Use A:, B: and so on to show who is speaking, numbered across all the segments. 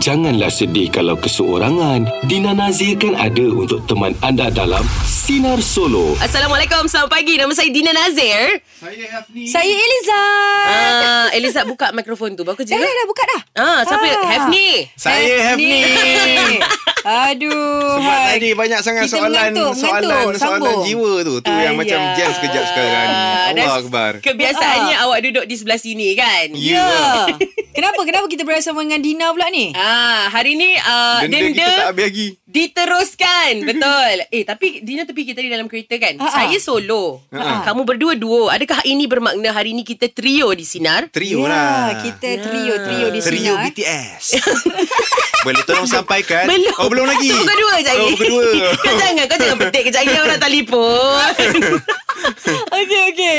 A: Janganlah sedih kalau keseorangan. Dina Nazir kan ada untuk teman anda dalam Sinar Solo.
B: Assalamualaikum, selamat pagi. Nama saya Dina Nazir.
C: Saya Hafni.
D: Saya Eliza.
B: Ah, Elisa buka mikrofon tu. Bagus
D: Dah,
B: juga.
D: dah, dah, buka dah.
B: Ah, siapa?
D: Ah.
B: Hafni.
C: Saya Hafni.
D: Aduh.
C: Sebab
D: hai.
C: tadi banyak sangat
D: Kita
C: soalan
D: mengantuk,
C: soalan
D: mengantuk.
C: soalan
D: Sambung.
C: jiwa tu. Tu
B: Ayah.
C: yang macam jam sekejap sekarang ni.
B: Ah, Dah
C: Allah akbar.
B: Kebiasaannya awak duduk di sebelah sini kan?
C: Ya.
D: Ah. Kenapa? Kenapa kita bersama dengan Dina pula ni?
B: Ah, hari ni uh,
C: Denda
B: denda,
C: kita tak habis lagi.
B: diteruskan. Betul. Eh, tapi Dina tepi kita di dalam kereta kan?
D: Ah, ah.
B: Saya solo.
C: Ah, ah.
B: Kamu berdua duo. Adakah ini bermakna hari ni kita trio di Sinar?
C: Trio
D: Ya,
C: lah.
D: Kita trio, trio di sini. eh. ah,
C: Trio BTS. Boleh tolong sampaikan?
B: Belum.
C: Oh, belum lagi.
B: Bukan dua je lagi.
C: Oh, bukan dua.
B: kau jangan, kau jangan petik kejap lagi orang telefon.
D: Okey, okey.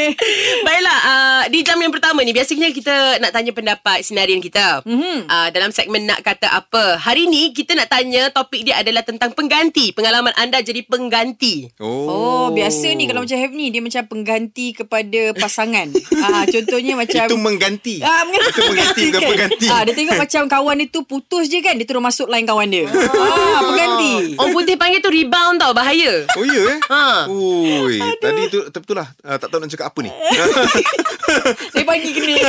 B: Baiklah, uh, di jam yang pertama ni biasanya kita nak tanya pendapat sinarian kita. Mm-hmm. Uh, dalam segmen nak kata apa. Hari ni kita nak tanya topik dia adalah tentang pengganti. Pengalaman anda jadi pengganti.
D: Oh, biasa ni kalau macam Hafni, dia macam pengganti kepada pasangan. ah, contohnya macam...
C: Itu mengganti.
D: Ah, mengenai
C: Itu mengganti, bukan pengganti.
D: Ah, dia tengok macam kawan dia tu putus je kan, dia terus masuk line kawan dia. ah, pengganti.
B: Orang putih panggil tu rebound tau, bahaya.
C: Oh ya eh?
D: Ah.
B: Ha.
C: Ui, tadi tu betul lah. Ah, tak tahu nak cakap apa ni.
D: Dia pagi kena.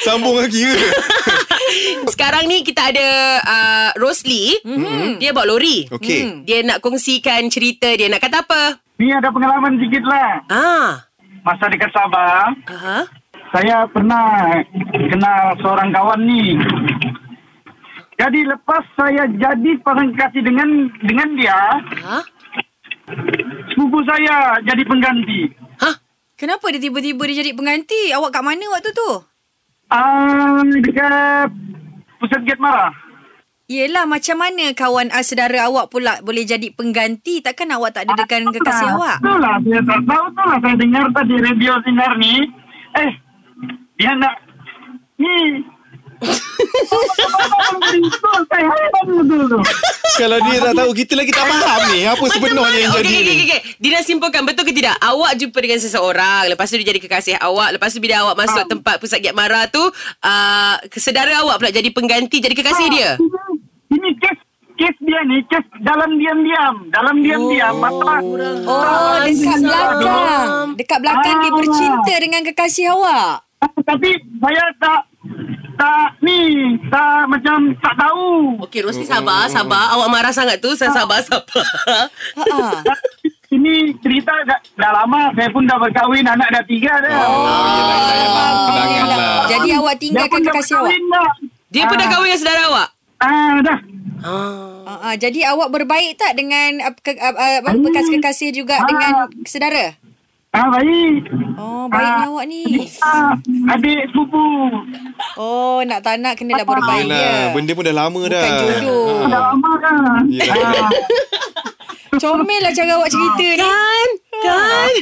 C: Sambung lagi ke?
B: Sekarang ni kita ada uh, Rosli. Mm-hmm. Dia bawa lori. Hmm.
C: Okey.
B: Dia nak kongsikan cerita dia. Nak kata apa?
E: Ni ada pengalaman sikit lah.
B: Ah.
E: Masa dekat Sabah,
B: Aha.
E: saya pernah kenal seorang kawan ni. Jadi lepas saya jadi pengganti dengan dengan dia,
B: Ha?
E: sepupu saya jadi pengganti.
B: Ha?
D: Kenapa dia tiba-tiba dia jadi pengganti? Awak kat mana waktu tu?
E: Ah, dekat pusat Gate Mara.
D: Yelah macam mana kawan uh, sedara awak pula boleh jadi pengganti takkan awak tak ada dengan kekasih awak?
E: Tahu lah, saya tak tahu tu lah saya dengar tadi radio sinar ni. Eh, dia nak ni. Betul, saya heran betul tu.
C: kalau dia tak tahu, kita lagi tak faham ni. Apa sebenarnya yang jadi
B: okay,
C: ni.
B: okay, okay. Dina simpulkan betul ke tidak? Awak jumpa dengan seseorang, lepas tu dia jadi kekasih awak, lepas tu bila awak masuk tempat pusat giat mara tu, uh, sedara awak pula jadi pengganti jadi kekasih dia.
E: Ini- Ini kes kes dia ni kes dalam diam-diam, dalam diam-diam. Mata
D: Oh,
C: Ah,
D: dekat belakang. Dekat belakang dia
E: Ah.
D: bercinta dengan kekasih awak.
E: tapi saya tak tak ni tak macam tak tahu.
B: Okey, Rosli sabar, sabar. Awak marah sangat tu, saya sabar, sabar.
D: Ha.
E: Ini cerita dah, dah lama saya pun dah berkahwin anak dah tiga dah.
C: Oh, yelah, yelah, yelah. lah. Tenangkanlah.
D: Jadi awak
E: Dia
D: tinggalkan
E: pun dah
D: kekasih awak.
E: berkahwin dah.
B: Dia pun dah kahwin dengan sedara awak?
E: Ah dah.
B: Ah.
D: Ha, ha. jadi awak berbaik tak dengan uh, ke, uh, uh, apa, bekas kekasih juga
C: Ah.
D: dengan sedara?
E: Ah baik.
D: Oh, baiknya
E: Ah.
D: awak ni.
E: Ah adik sepupu.
D: Oh, nak tak nak kenalah berbaik
C: Yelah, Ah.
D: ya.
C: benda pun dah lama dah.
D: Bukan jodoh.
E: Dah lama dah.
D: Ya.
C: Yelah.
E: Ah.
D: Comel lah cara awak cerita ni.
B: Kan? Kan?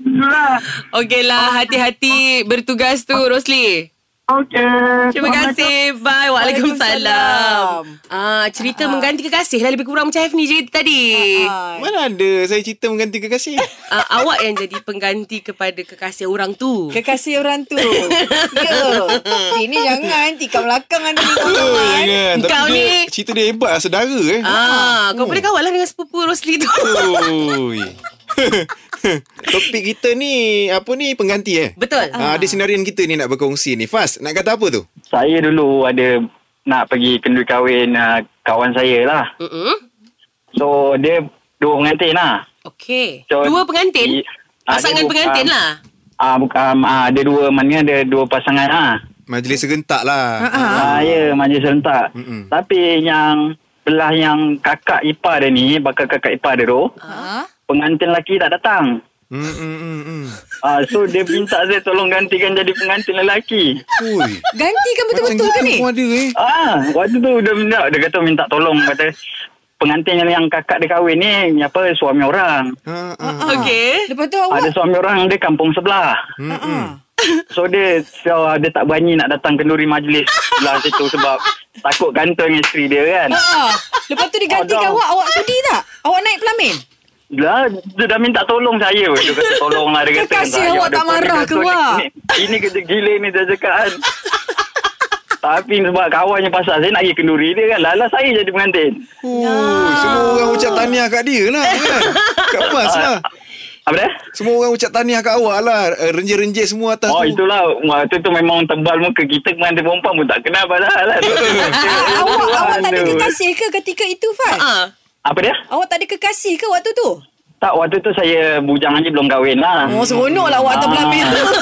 E: Itulah.
B: Okeylah, hati-hati bertugas tu, Rosli.
E: Okey.
B: Terima kasih. Bye. Waalaikumsalam. Ah, ah. cerita mengganti kekasih lah lebih kurang macam Hafni cerita tadi.
D: Ha.
C: Mana ada saya cerita mengganti kekasih.
B: Ah, awak yang jadi pengganti kepada kekasih orang tu.
D: Kekasih orang tu Ya Ini jangan Tikam belakang nanti
C: Betul kan? Tapi
B: Kau
C: dia,
B: ni-
C: cerita dia hebat lah, sedara eh.
B: Ah, kau boleh kawan lah dengan sepupu Rosli tu.
C: Oi. Topik kita ni apa ni pengganti eh?
B: Betul.
C: Ah. ada sinarian kita ni nak berkongsi ni. Fas, nak kata apa tu?
E: Saya dulu ada nak pergi kenduri kahwin uh, kawan saya lah.
B: Mm-mm.
E: So dia dua pengantin lah.
B: Okey.
E: So,
B: Dua pengantin?
E: i- ah,
B: Pasangan
E: dia bukan-
B: pengantin lah.
E: Ah bukan ah, ada dua mana ada dua pasangan ah.
C: Majlis serentak lah.
E: Ha. Ah ya majlis serentak.
C: Mm-mm.
E: Tapi yang belah yang kakak ipar dia ni, bakal kakak ipar dia tu,
D: ha?
E: pengantin lelaki tak datang.
C: Hmm hmm hmm. hmm.
E: Ah so dia minta saya tolong gantikan jadi pengantin lelaki.
C: Oi.
D: Gantikan betul-betul
C: macam
D: ke
C: kita
D: ni?
C: pun ada eh.
E: Ah, waktu tu dia minta, dia kata minta tolong kata pengantin yang kakak dia kahwin ni apa suami orang.
C: Ha ah.
D: Ha.
B: Okey.
D: Lepas tu
E: Ada
D: awak
E: suami orang dia kampung sebelah.
C: Hmm
D: ha.
C: hmm.
E: So dia so, dia tak berani nak datang kenduri majlis sebelah situ sebab takut gantung isteri dia kan.
D: ha. Lepas tu digantikan
E: Ada.
D: awak Awak sudi tak? Awak naik pelamin?
E: Dah Lah, dia dah minta tolong saya. Dia kata tolonglah dia kata.
D: Kekasih
E: saya
D: awak
E: ada
D: tak
E: pun." Dia
D: marah
E: kata,
D: ke, Wak?
E: Ini, ini kerja gila ni dia cakap kan. Tapi sebab kawannya pasal saya nak pergi kenduri dia kan. Lala saya jadi pengantin.
C: Oh, semua orang ucap tahniah kat dia lah kan. Kat Mas lah.
E: Apa dia?
C: Semua orang ucap tahniah kat awak lah. Eh, Renje-renje semua atas
E: Oh
C: tu.
E: itulah Waktu tu memang tebal muka Kita pengantin perempuan pun tak kenal padahal lah
D: Ah, awak awak tak ada kekasih ke ketika itu Fat?
B: Ah.
E: Apa dia?
D: Awak tak ada kekasih ke waktu tu?
E: Tak waktu tu saya bujang je belum kahwin lah
D: Oh seronok lah awak atas
E: Ah.
D: belah meja.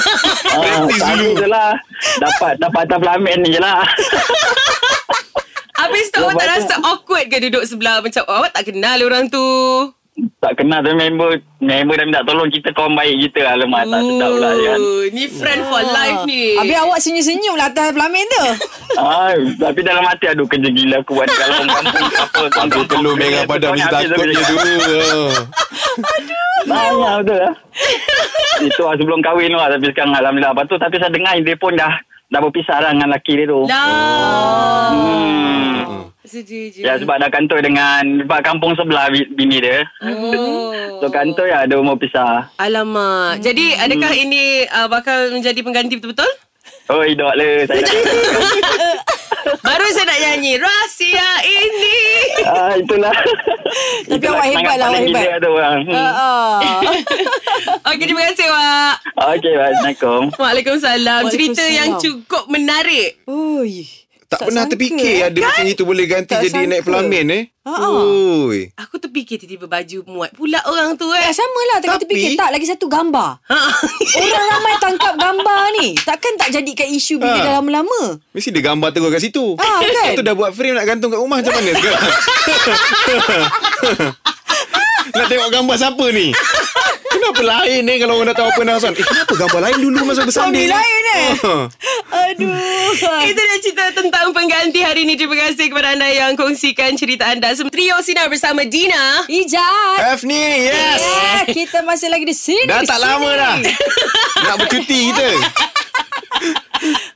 E: Ah,
C: Praktis dulu.
E: je lah Dapat Dapat atas pelamin je lah
B: Habis tu
E: Ya,
B: awak tak
E: buat
B: rasa awkward ke duduk sebelah macam "Oh, awak tak kenal orang tu?
E: Tak kenal tu member Member dah minta tolong Kita kawan baik kita
C: Oh.
E: Alamak tak sedap lah kan
B: Ooh, Ni friend for life ni.
D: Ah. Habis awak senyum-senyum lah atas pelamin tu.
E: Ay, Ah, Tapi dalam hati Aduh kerja gila aku buat Kalau orang kampung apa
C: Ambil telur merah pada mesti takut dia tu. Ah.
E: Banyak betul lah Itu lah sebelum kahwin lah Tapi sekarang Alhamdulillah Lepas tu tapi saya dengar Dia pun dah Dah berpisah lah dengan lelaki dia tu
B: Lah.
E: Hmm.
B: Sedih je.
E: Oh. Ya sebab dah kantor dengan Sebab kampung sebelah bi- bini dia
B: Oh.
E: So kantor ya ada umur pisah
B: Alamak. Jadi adakah ini uh, bakal menjadi pengganti betul-betul?
E: Oh idok le Saya dah
B: Baru saya nak nyanyi rahsia ini.
E: ah, Itulah
D: Tapi awak
E: kenangan
D: hebat lah, awak
E: paling
D: hebat.
E: gila tu,
D: Ah,
E: bang. Hmm.
D: ah.
B: Okey, terima kasih Wak.
E: Okey Assalamualaikum
B: Waalaikumsalam. Cerita
D: Waalaikumsalam.
B: yang cukup menarik.
D: Ui.
C: Tak, pernah
D: sangka,
C: terfikir
D: eh.
C: ada macam itu boleh ganti
D: Tak
C: jadi
D: sangka.
C: naik pelamin eh.
D: Ah, ah.
C: Oi.
B: Aku terfikir tiba-tiba baju muat pula orang tu eh.
D: Tak sama lah tengah
C: Tapi-
D: terfikir Tak lagi satu gambar
B: Ha.
D: Orang ramai tangkap gambar ni Takkan tak jadikan isu bila
C: Ha.
D: dah lama-lama
C: Mesti dia gambar terus kat situ.
D: Ah, kan?
C: Lepas tu dah buat frame nak gantung kat rumah macam mana sekarang? nak tengok gambar siapa ni? Kenapa lain ni kalau orang dah tahu apa nak Eh, kenapa gambar lain dulu masa bersanding?
D: Zombie lain, eh?
C: Ah.
D: Aduh
B: Itu dia cerita tentang pengganti hari ini. Terima kasih kepada anda yang kongsikan cerita anda. Sem- Trio Sinar bersama Dina.
D: Ijat
C: Hafni, yes.
D: Eh, kita masih lagi di sini.
C: Dah tak
D: di sini.
C: lama dah. Nak bercuti kita.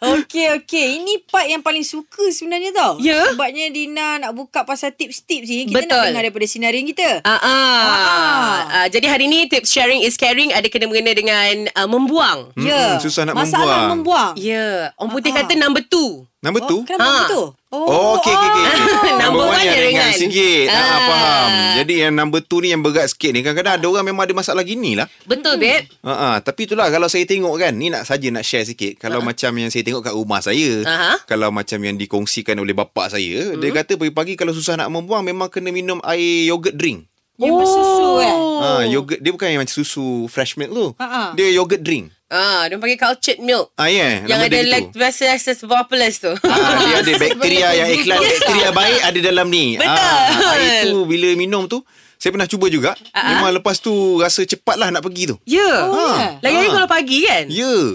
D: Okey, okey. Ini part yang paling suka sebenarnya tau.
B: Ya?
D: Sebabnya Dina nak buka pasal tips-tips ni. Kita nak
B: Betul.
D: dengar daripada sinarian kita.
B: Ah, ah.
D: Ah.
B: Ah, jadi hari ni tips sharing is caring ada kena-mengena dengan uh, membuang.
D: Ya.
C: Mm-mm, susah nak membuang.
D: Masalah membuang.
B: Ya, yeah. orang putih
D: Ah, ah.
B: kata number two.
C: Number
D: Oh,
C: tu?
D: Kenapa
B: Ah.
D: begitu?
C: Oh, okey, okey, okey.
B: Number one yang ringan.
C: sikit. Ah.
B: Ah.
C: faham. Jadi yang number two ni yang berat sikit ni. Kadang-kadang ada orang memang ada masalah gini lah.
B: Betul,
D: Hmm.
B: babe.
C: Ha tapi itulah kalau saya tengok kan ni nak saja nak share sikit kalau macam yang saya tengok kat rumah saya
B: Ah. Aha. Hmm.
C: kalau macam yang dikongsikan oleh bapak saya dia kata pagi-pagi kalau susah nak membuang memang kena minum air yogurt drink.
D: Dia bersusu eh.
C: Ha
B: Oh.
C: yogurt dia bukan yang macam susu fresh milk tu.
D: Ha-ha.
C: Dia yogurt drink.
B: Ah, dia panggil cultured milk.
C: Ah
B: Yang
C: ya, yeah, nama
B: ada
C: dia gitu.
B: lactobacillus botulinum tu.
C: Ah, dia ada bakteria yang iklan bakteria baik ada dalam ni.
B: Betul.
C: Ah, air tu bila minum tu saya pernah cuba juga. Memang lepas tu rasa cepatlah nak pergi tu.
B: Ya.
C: Ha.
B: Lagi-lagi
C: Ah.
B: kalau pagi kan?
C: Ya. Yeah.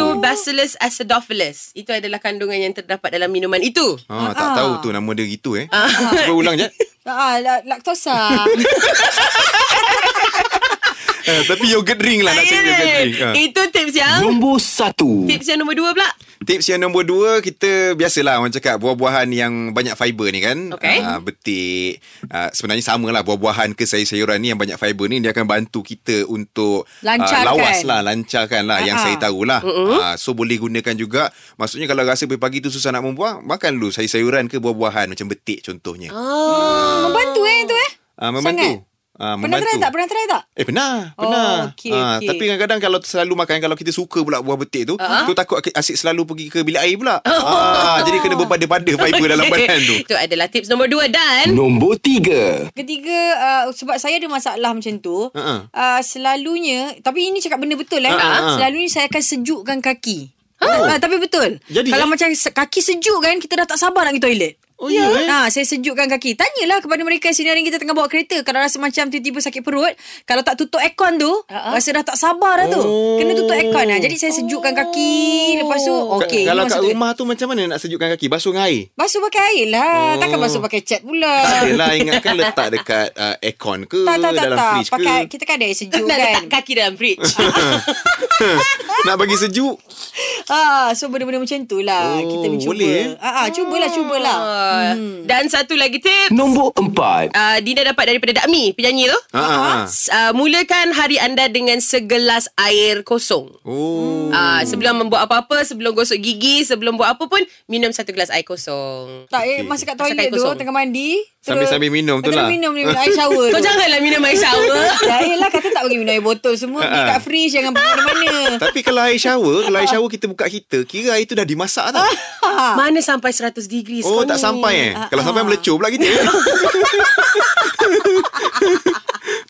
B: Lactobacillus acidophilus. Itu adalah kandungan yang terdapat dalam minuman itu.
C: Ha, tak tahu tu nama dia gitu eh. Cuba ulang je.
D: Ah, la- laktosa.
C: Eh, tapi yogurt drink lah nak cari
B: Ayah,
C: yogurt drink. Ha.
B: Itu tips yang
A: Nombor satu.
B: tips yang nombor dua pula.
C: Tips yang nombor dua, kita biasalah orang cakap buah-buahan yang banyak fiber ni kan.
B: Okey.
C: Ah, betik. Ah, sebenarnya samalah buah-buahan ke sayur-sayuran ni yang banyak fiber ni dia akan bantu kita untuk ah,
D: Lancarkan. Ah,
C: lawas lah, lancarkan lah yang
D: Ah-ah.
C: saya tahulah. Uh-uh. so boleh gunakan juga. Maksudnya kalau rasa pagi-pagi tu susah nak membuang, makan dulu sayur-sayuran ke buah-buahan macam betik contohnya.
B: Oh.
D: Membantu eh tu eh.
C: Ah, membantu.
D: Ah, Sangat.
C: Ah,
D: Pernah try tak? Pernah try tak?
C: Eh pernah,
D: Oh,
C: pernah.
D: okey,
C: Ah,
D: okey.
C: Tapi kadang-kadang kalau selalu makan kalau kita suka pula buah betik tu, uh-huh. tu takut asyik selalu pergi ke bilik air pula.
D: Oh.
C: Ah, jadi kena berpada-pada fiber dalam badan kan tu.
B: Itu adalah tips nombor dua dan
A: Nombor tiga.
D: Ketiga uh, sebab saya ada masalah macam tu.
C: Ha-ha.
D: Uh-uh. Uh, selalunya tapi ini cakap benda betul eh.
C: Ha-ha.
D: Uh-huh. Selalunya saya akan sejukkan kaki. Ha, tapi betul.
C: Jadi,
D: Kalau
C: eh?
D: macam se- kaki sejuk kan kita dah tak sabar nak pergi toilet.
C: Oh, ya, eh?
D: Ha, saya sejukkan kaki. Tanyalah kepada mereka yang sinarin kita tengah bawa kereta kalau rasa macam tiba-tiba sakit perut, kalau tak tutup aircon tu, uh-huh. rasa dah tak sabar dah tu.
C: Oh.
D: Kena tutup aircon lah. Jadi saya sejukkan kaki, lepas tu okey.
C: Okay, Oh. kalau kat
D: ini masuk toilet.
C: rumah tu macam mana nak sejukkan kaki? Basuh dengan air?
D: basuh pakai air lah. Takkan basuh pakai cat pula.
C: Oh. Tak adalah ingatkan letak dekat uh, aircon ke
D: Ah. Tak tak tak
C: dalam
D: tak.
C: fridge
D: Pakai
C: ke. Ha.
D: kita kan ada air sejuk
B: nak
D: kan.
B: letak kaki dalam fridge.
C: Hmm. nak bagi sejuk.
D: Ah, so benda-benda macam tu lah
C: Oh,
D: kita mencuba.
C: boleh, eh?
D: Ah, ah, cubalah cubalah.
B: Betul. Hmm. Dan satu lagi tips.
A: Nombor empat.
B: Uh, Dina dapat daripada Dakmi, penyanyi tu.
C: Ha, ha, ha.
B: S- Uh, mulakan hari anda dengan segelas air kosong.
D: Uh-huh.
C: Oh.
B: Ah, sebelum membuat apa-apa, sebelum gosok gigi, sebelum buat apa pun, minum satu gelas air kosong.
D: Tak, eh, masa kat
B: Masa
D: toilet
B: kain
D: tu
B: kosong.
D: Tengah mandi
C: Sambil-
D: terus-
C: sambil minum tu
D: terus
C: lah.
D: minum ni, Air shower
B: Kau
D: tu
B: janganlah minum air shower.
D: Jahil lah kata tak bagi minum air botol semua Pergi
C: Ha.
D: kat fridge Jangan pergi mana-mana
C: Tapi kalau air shower, kalau air shower kita buka heater, kira air tu dah dimasak tau.
D: Ah.
B: Mana sampai 100 degree
C: Ah. Oh,
B: sekarang
C: tak
B: ni?
C: sampai eh.
B: Ah,
C: Kalau sampai melecur pula kita.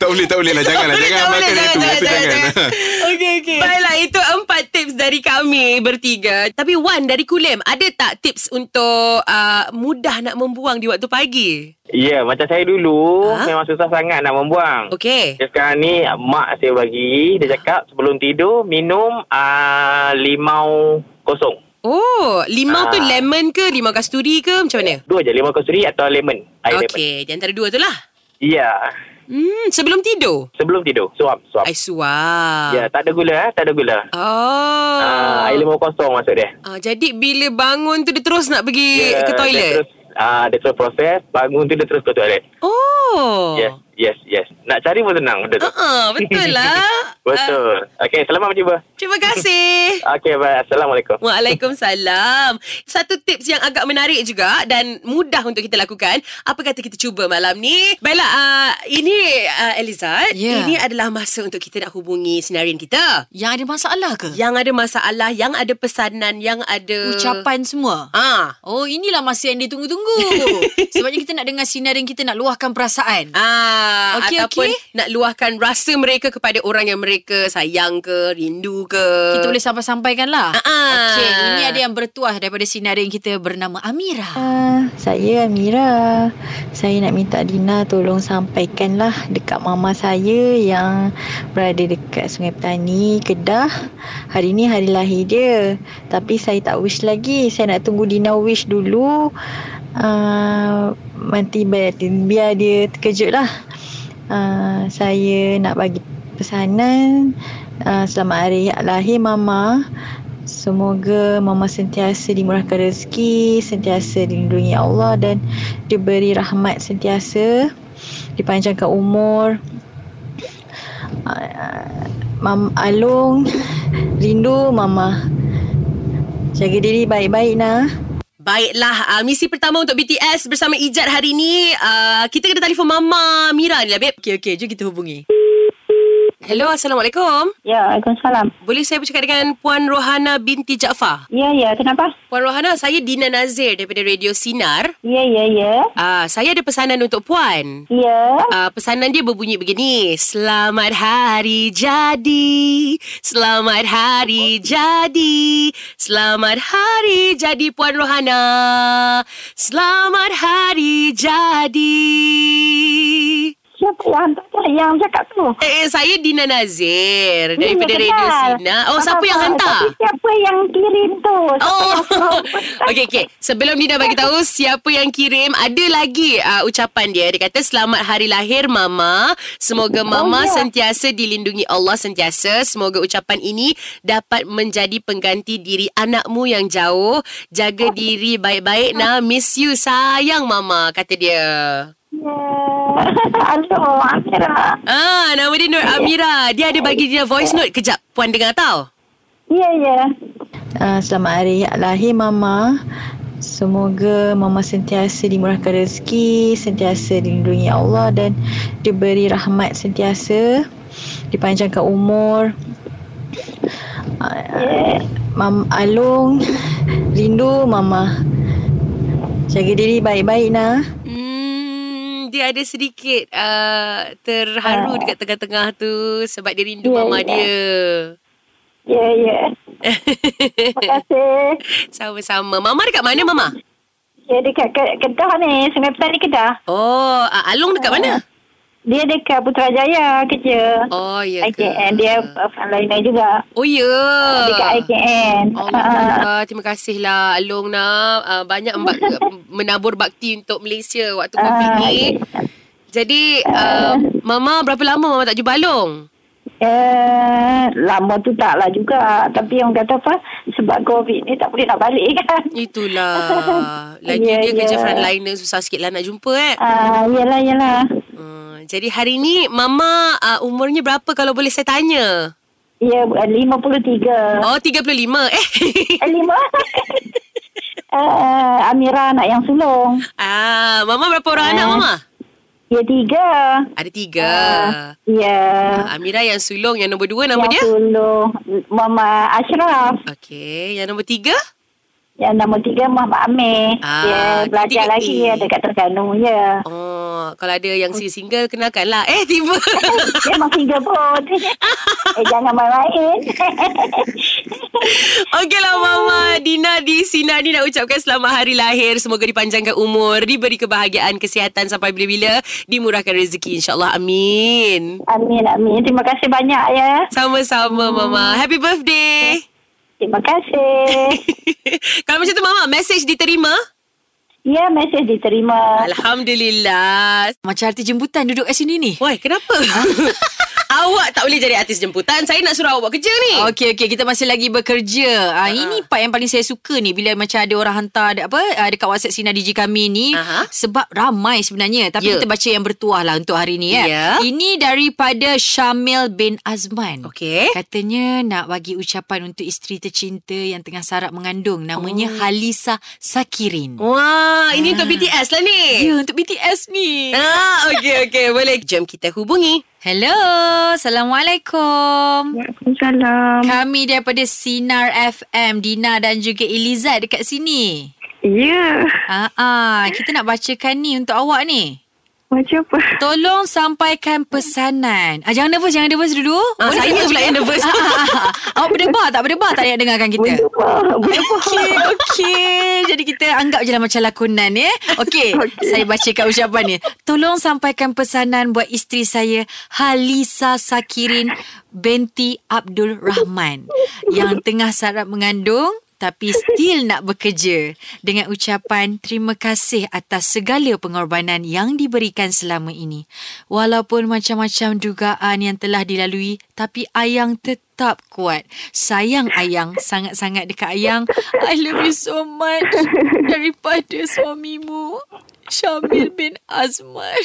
C: tak boleh, tak boleh lah. Janganlah.
B: boleh,
C: Jangan
B: tak
C: makan
B: boleh,
C: itu.
B: jangan,
C: itu
B: jangan,
C: jangan.
B: jangan.
D: Okay okay
B: Baiklah, itu empat tips dari kami bertiga. Tapi Wan dari Kulim, ada tak tips untuk uh, mudah nak membuang di waktu pagi?
F: Ya, macam saya dulu
D: Ah.
B: Ha?
F: memang susah sangat nak membuang.
B: Okey.
F: Dia sekarang ni mak saya bagi, dia cakap sebelum tidur minum uh, limau kosong.
B: Oh, limau tu
F: Ah.
B: lemon ke, limau kasturi ke, macam mana?
F: Dua je, limau kasturi atau lemon. Air lemon.
B: Okey, di antara dua tu lah.
F: Ya,
B: Hmm, sebelum tidur.
F: sebelum tidur, suap, suap.
B: I suap.
F: Ya, tak ada gula eh, tak ada gula.
B: Oh.
F: Ah, air limau kosong maksud dia.
B: Ah, jadi bila bangun tu dia terus nak pergi
F: Dia-
B: ke
F: Dia
B: toilet.
F: terus, ah, dia terus proses, bangun tu dia terus ke toilet.
B: Oh.
F: Yes, yes, yes. Nak cari pun senang benda tu.
B: Uh-uh, betul lah. Ah,
F: Betul. Okey, selamat mencuba.
B: terima kasih.
F: Okey, bye. Assalamualaikum.
B: Waalaikumsalam. Satu tips yang agak menarik juga dan mudah untuk kita lakukan. Apa kata kita cuba malam ni? Baiklah, uh, ini uh, Elizad.
D: Ya.
B: Ini adalah masa untuk kita nak hubungi senarian kita.
D: Yang ada masalah ke?
B: Yang ada masalah, yang ada pesanan, yang ada...
D: Ucapan semua
B: Ah,
D: Oh inilah masa yang dia tunggu-tunggu Sebabnya kita nak dengar sinarin kita Nak luahkan perasaan
B: Ah, okay,
D: Okey,
B: ataupun
D: okey.
B: okay. nak luahkan rasa mereka kepada orang yang mereka sayang ke, rindu ke.
D: Kita boleh sampai-sampaikan lah
B: Ah.
D: Okey ini ada yang bertuah Daripada sinarin kita Bernama Amira
G: Ah, saya Amira. Saya nak minta Dina tolong sampaikanlah dekat mama saya yang berada dekat Sungai Petani, Kedah. Hari ni hari lahir dia. Tapi saya tak wish lagi. Saya nak tunggu Dina wish dulu. Ah, nanti biar, biar dia terkejut lah. Ah, saya nak bagi pesanan ah, selamat hari lahir mama. Semoga mama sentiasa dimurahkan rezeki, sentiasa dilindungi Allah dan diberi rahmat sentiasa, dipanjangkan umur. Ah, Mam Alung rindu mama. Jaga diri baik-baik nah.
B: Baiklah, uh, misi pertama untuk BTS bersama Ijat hari ni. Uh, kita kena telefon Mama Mira ni lah, babe.
D: Okey okey jom kita hubungi
B: Hello, Assalamualaikum.
H: Ya, Waalaikumsalam.
B: Boleh saya bercakap dengan Puan Rohana binti Jaafar?
H: Ya, ya. Kenapa?
B: Puan Rohana, saya Dina Nazir daripada Radio Sinar.
H: Ya, ya, ya.
B: Uh, saya ada pesanan untuk Puan.
H: Ya.
B: Uh, pesanan dia berbunyi begini Selamat hari jadi Selamat hari jadi Selamat hari jadi Puan Rohana Selamat hari jadi
H: Siapa yang hantar yang cakap tu?
B: eh, eh, Saya Dina Nazir
H: Ya,
B: Daripada
H: ya,
B: Radio
H: kenal.
B: Sina Oh siapa
H: Faham,
B: yang
H: faham.
B: hantar?
H: Tapi siapa yang kirim tu? Siapa
B: Oh
H: yang suruh?
B: Okey okey Sebelum Dina bagi tahu Siapa yang kirim Ada lagi uh, ucapan dia Dia kata Selamat hari lahir Mama Semoga Mama oh,
H: ya.
B: sentiasa dilindungi Allah sentiasa Semoga ucapan ini Dapat menjadi pengganti diri Anakmu yang jauh Jaga diri baik-baik Nah miss you Sayang Mama Kata dia
H: Ya. Aduh, Amira.
B: Ah, Nama dia Nur Amira Dia ada bagi dia voice note Kejap Puan dengar tau
H: Ya, ya.
G: Ah, selamat hari lahir mama. Semoga mama sentiasa dimurahkan rezeki, sentiasa dilindungi Allah dan diberi rahmat sentiasa, dipanjangkan umur. Ah, Mam Alung rindu mama. Jaga diri baik-baik nah.
B: Hmm, dia ada sedikit uh, terharu dekat tengah-tengah tu sebab dia rindu
H: Ah. Ya,
B: mama
H: ya.
B: dia.
H: Ya, ya.
B: Eh.
H: Terima kasih.
B: Sama-sama. Mama dekat mana mama?
H: Dia dekat Ke- Kedah ni. Sungai Petani Kedah.
B: Oh, uh, Alung dekat mana?
H: Dia dekat Putrajaya kerja.
B: Oh, ya ke?
H: IKN. Dia uh, frontliner juga.
B: Oh, ya.
H: Dekat IKN.
B: Oh.
H: Ah.
B: Allah, terima kasihlah Alung nak uh, banyak memba- menabur bakti untuk Malaysia waktu COVID
H: Ah,
B: ni. Jadi, uh, mama berapa lama mama tak jumpa Alung?
H: Eh, Ya, lama tu taklah juga. Tapi orang kata apa, sebab COVID ni tak boleh nak balik kan.
B: Itulah. Lagi
H: Ya,
B: yeah, dia yeah. kerja
H: ya.
B: frontliner susah sikit lah nak jumpa eh.
H: Ah, yelah, yelah.
B: Uh, jadi hari ni Mama uh, umurnya berapa kalau boleh saya tanya?
H: Ya, eh, 53.
B: Oh 35 eh.
H: Eh, lima. Eh, Amira anak yang sulung.
B: ah, Mama berapa orang anak Mama?
H: Ya, tiga.
B: Ada tiga.
H: Ya.
B: Ah, Amira yang sulung yang nombor dua nama
H: yang
B: dia?
H: sulung. Mama Ashraf.
B: Okey, yang nombor tiga?
H: Ah. Yang nombor tiga Muhammad Amir.
B: Ah,
H: ya, belajar
B: tiga
H: lagi
B: A.
H: ya dekat Terengganu ya.
B: Oh, kalau ada
H: Ah.
B: yang single kenalkanlah. Eh tiba.
H: Dia memang tiga pun. eh jangan main-main.
B: Okeylah lah, Mama Dina di Sinar ni nak ucapkan selamat hari lahir. Semoga dipanjangkan umur, diberi kebahagiaan, kesihatan sampai bila-bila, dimurahkan rezeki insyaAllah. Amin.
H: amin amin. Terima kasih banyak ya.
B: Sama-sama Mama. Happy birthday.
H: Terima kasih.
B: Kalau macam tu Mama, message diterima?
H: ya mesej diterima.
B: Alhamdulillah.
D: Macam arti jemputan duduk kat sini ni.
B: Woi, kenapa? awak tak boleh jadi artis jemputan. Saya nak suruh awak kerja ni.
D: Okey okey kita masih lagi bekerja.
B: Ha.
D: Ah uh, ini part yang paling saya suka ni bila macam ada orang hantar ada apa uh, dekat WhatsApp Sina DJ kami ni
B: Aha.
D: sebab ramai sebenarnya tapi
B: Ya.
D: kita baca yang bertuah lah untuk hari ni eh.
B: Ya.
D: Ini daripada Syamil bin Azman.
B: Okey.
D: Katanya nak bagi ucapan untuk isteri tercinta yang tengah sarap mengandung namanya oh. Halisa Sakirin.
B: Wah, ini untuk BTS lah ni.
D: Ya untuk BTS ni.
B: Ah, okey okey, boleh. Jom kita hubungi.
D: Hello, Assalamualaikum.
I: Salam.
D: Kami daripada Sinar FM Dina dan juga Elizad dekat sini.
I: Ya.
D: Ah, ah, kita nak bacakan ni untuk awak ni.
I: Macam apa?
D: Tolong sampaikan pesanan. Ah, jangan nervous, jangan nervous dulu.
B: Ah, saya pula yang nervous.
D: Ah, ah, ah, ah. Awak berdebar tak? Berdebar tak nak dengarkan
B: Ya.
D: kita?
I: Berdebar. Berdebar.
D: Okey, okey. Jadi kita anggap je lah macam lakonan ya. Okey, okay.
I: Okey.
D: saya bacakan ucapan ni. Tolong sampaikan pesanan buat isteri saya Halisa Sakirin binti Abdul Rahman yang tengah sarap mengandung tapi still nak bekerja dengan ucapan terima kasih atas segala pengorbanan yang diberikan selama ini. Walaupun macam-macam dugaan yang telah dilalui tapi ayang tetap kuat. Sayang ayang, sangat-sangat dekat ayang. I love you so much daripada suamimu Syamil bin Azman.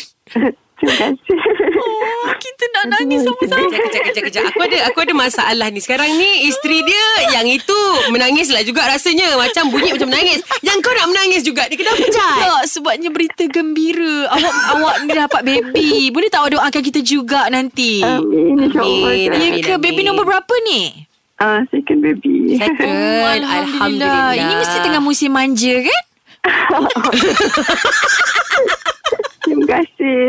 I: Terima kasih.
D: Oh, kita nak nangis sama-sama.
B: Kejap, kejap, kejap, kejap. Aku ada aku ada masalah ni. Sekarang ni isteri dia yang itu menangis lah juga rasanya. Macam bunyi macam menangis. Yang kau nak menangis juga. Dia kenapa, Jai?
D: Tak, sebabnya berita gembira. Awak awak ni dapat baby. Boleh tak awak doakan kita juga nanti?
I: Amin. InsyaAllah.
B: Amin.
I: kan.
D: Ya ke?
B: Amin,
D: Baby
B: amin.
D: nombor berapa ni?
I: Ah, second baby.
B: Second. Alhamdulillah.
D: Ini mesti tengah musim manja kan?
I: Terima kasih.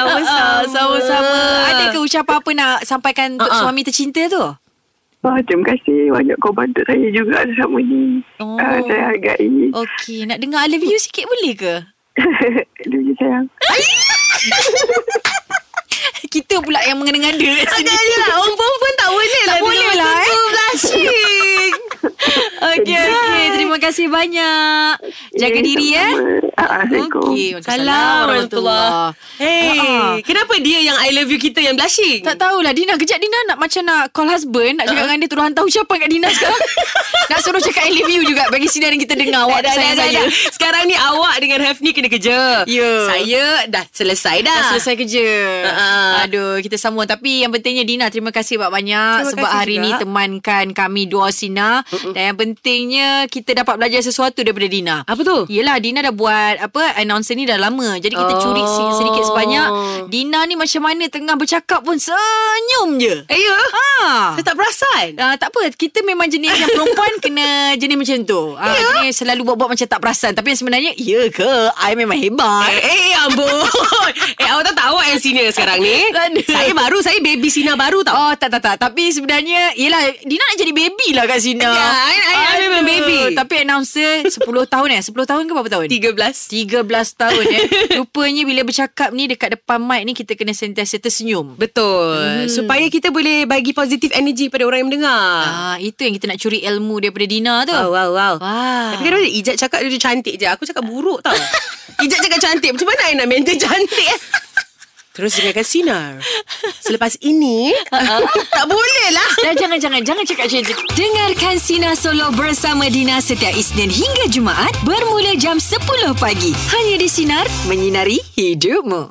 D: Ah,
B: sama-sama.
D: Sama-sama. Adakah ucapan apa nak sampaikan untuk
I: Ha,
B: Ah, ah.
D: suami tercinta tu?
I: Wah, Ah, terima kasih banyak kau bantu saya juga selama ni.
D: Oh.
I: Ah, saya hargai.
D: Okey, nak dengar I love you sikit boleh ke?
I: Dulu sayang.
D: Kita pula yang mengada-ngada kat sini.
B: Jangan je lah. Orang perempuan tak boleh lah.
D: Tak boleh lah eh. Blushing. Okey, okey. Terima kasih banyak. Jaga diri eh.
I: Ah, Assalamualaikum.
D: Okey,
B: Salam warahmullah. Hey, kenapa dia yang I love you kita yang blushing?
D: Tak tahulah Dina kejap Dina nak macam nak call husband
B: Ah.
D: Nak cakap dengan dia Terus hantar ucapan kat Dina sekarang Nak suruh cakap I love you juga Bagi sinar yang kita dengar Awak
B: Eh, dah, dah,
D: sayang
B: dah,
D: saya
B: dah. Sekarang ni awak dengan Hafni kena kerja.
D: Ya.
B: Saya dah selesai dah.
D: Dah selesai kerja
B: Uh-uh.
D: Aduh kita sambung Tapi yang pentingnya Dina Terima kasih banyak-banyak
B: Terima
D: Sebab
B: kasih
D: hari
B: juga.
D: ni Temankan kami Dua Sina Dan yang pentingnya Kita dapat belajar sesuatu Daripada Dina
B: Apa tu?
D: Yelah Dina dah buat Apa Announcer ni dah lama Jadi kita curi
B: Oh.
D: si- sedikit sebanyak Dina ni macam mana Tengah bercakap pun Senyum je
B: Eh, ya?
D: Ha.
B: Saya tak perasan.
D: Uh, tak apa Kita memang jenis yang perempuan Kena jenis macam tu uh,
B: Ya.
D: yeah. Jenis selalu buat-buat Macam tak perasan Tapi yang sebenarnya Ya ke I memang hebat
B: Eh, eh ambon. eh, awak tahu tak awak yang senior sekarang ni?
D: Tak ada.
B: Saya baru, saya baby Sina baru tau.
D: Oh tak tak tak Tapi sebenarnya Yelah Dina nak jadi baby lah kat Sina
B: Ya, I- I- I
D: Aduh.
B: memang baby.
D: Tapi announcer 10 tahun eh 10 tahun ke berapa tahun?
B: 13.
D: 13 tahun eh Rupanya bila bercakap ni Dekat depan mic ni Kita kena sentiasa tersenyum
B: Betul. Hmm. Supaya kita boleh bagi positif energy pada orang yang mendengar.
D: Ah, Itu yang kita nak curi ilmu Daripada Dina tu
B: Wow, wow, wow.
D: Wah.
B: Tapi kadang Ijat cakap dia cantik je. Aku cakap buruk tau. Ijat cakap cantik. Macam mana I nak maintain cantik eh? Terus dengarkan Sinar. Selepas ini, tak boleh lah.
D: Dah jangan jangan jangan cakap macam tu. Dengarkan Sina Solo bersama Dina setiap Isnin hingga Jumaat bermula jam 10 pagi. Hanya di Sinar menyinari hidupmu.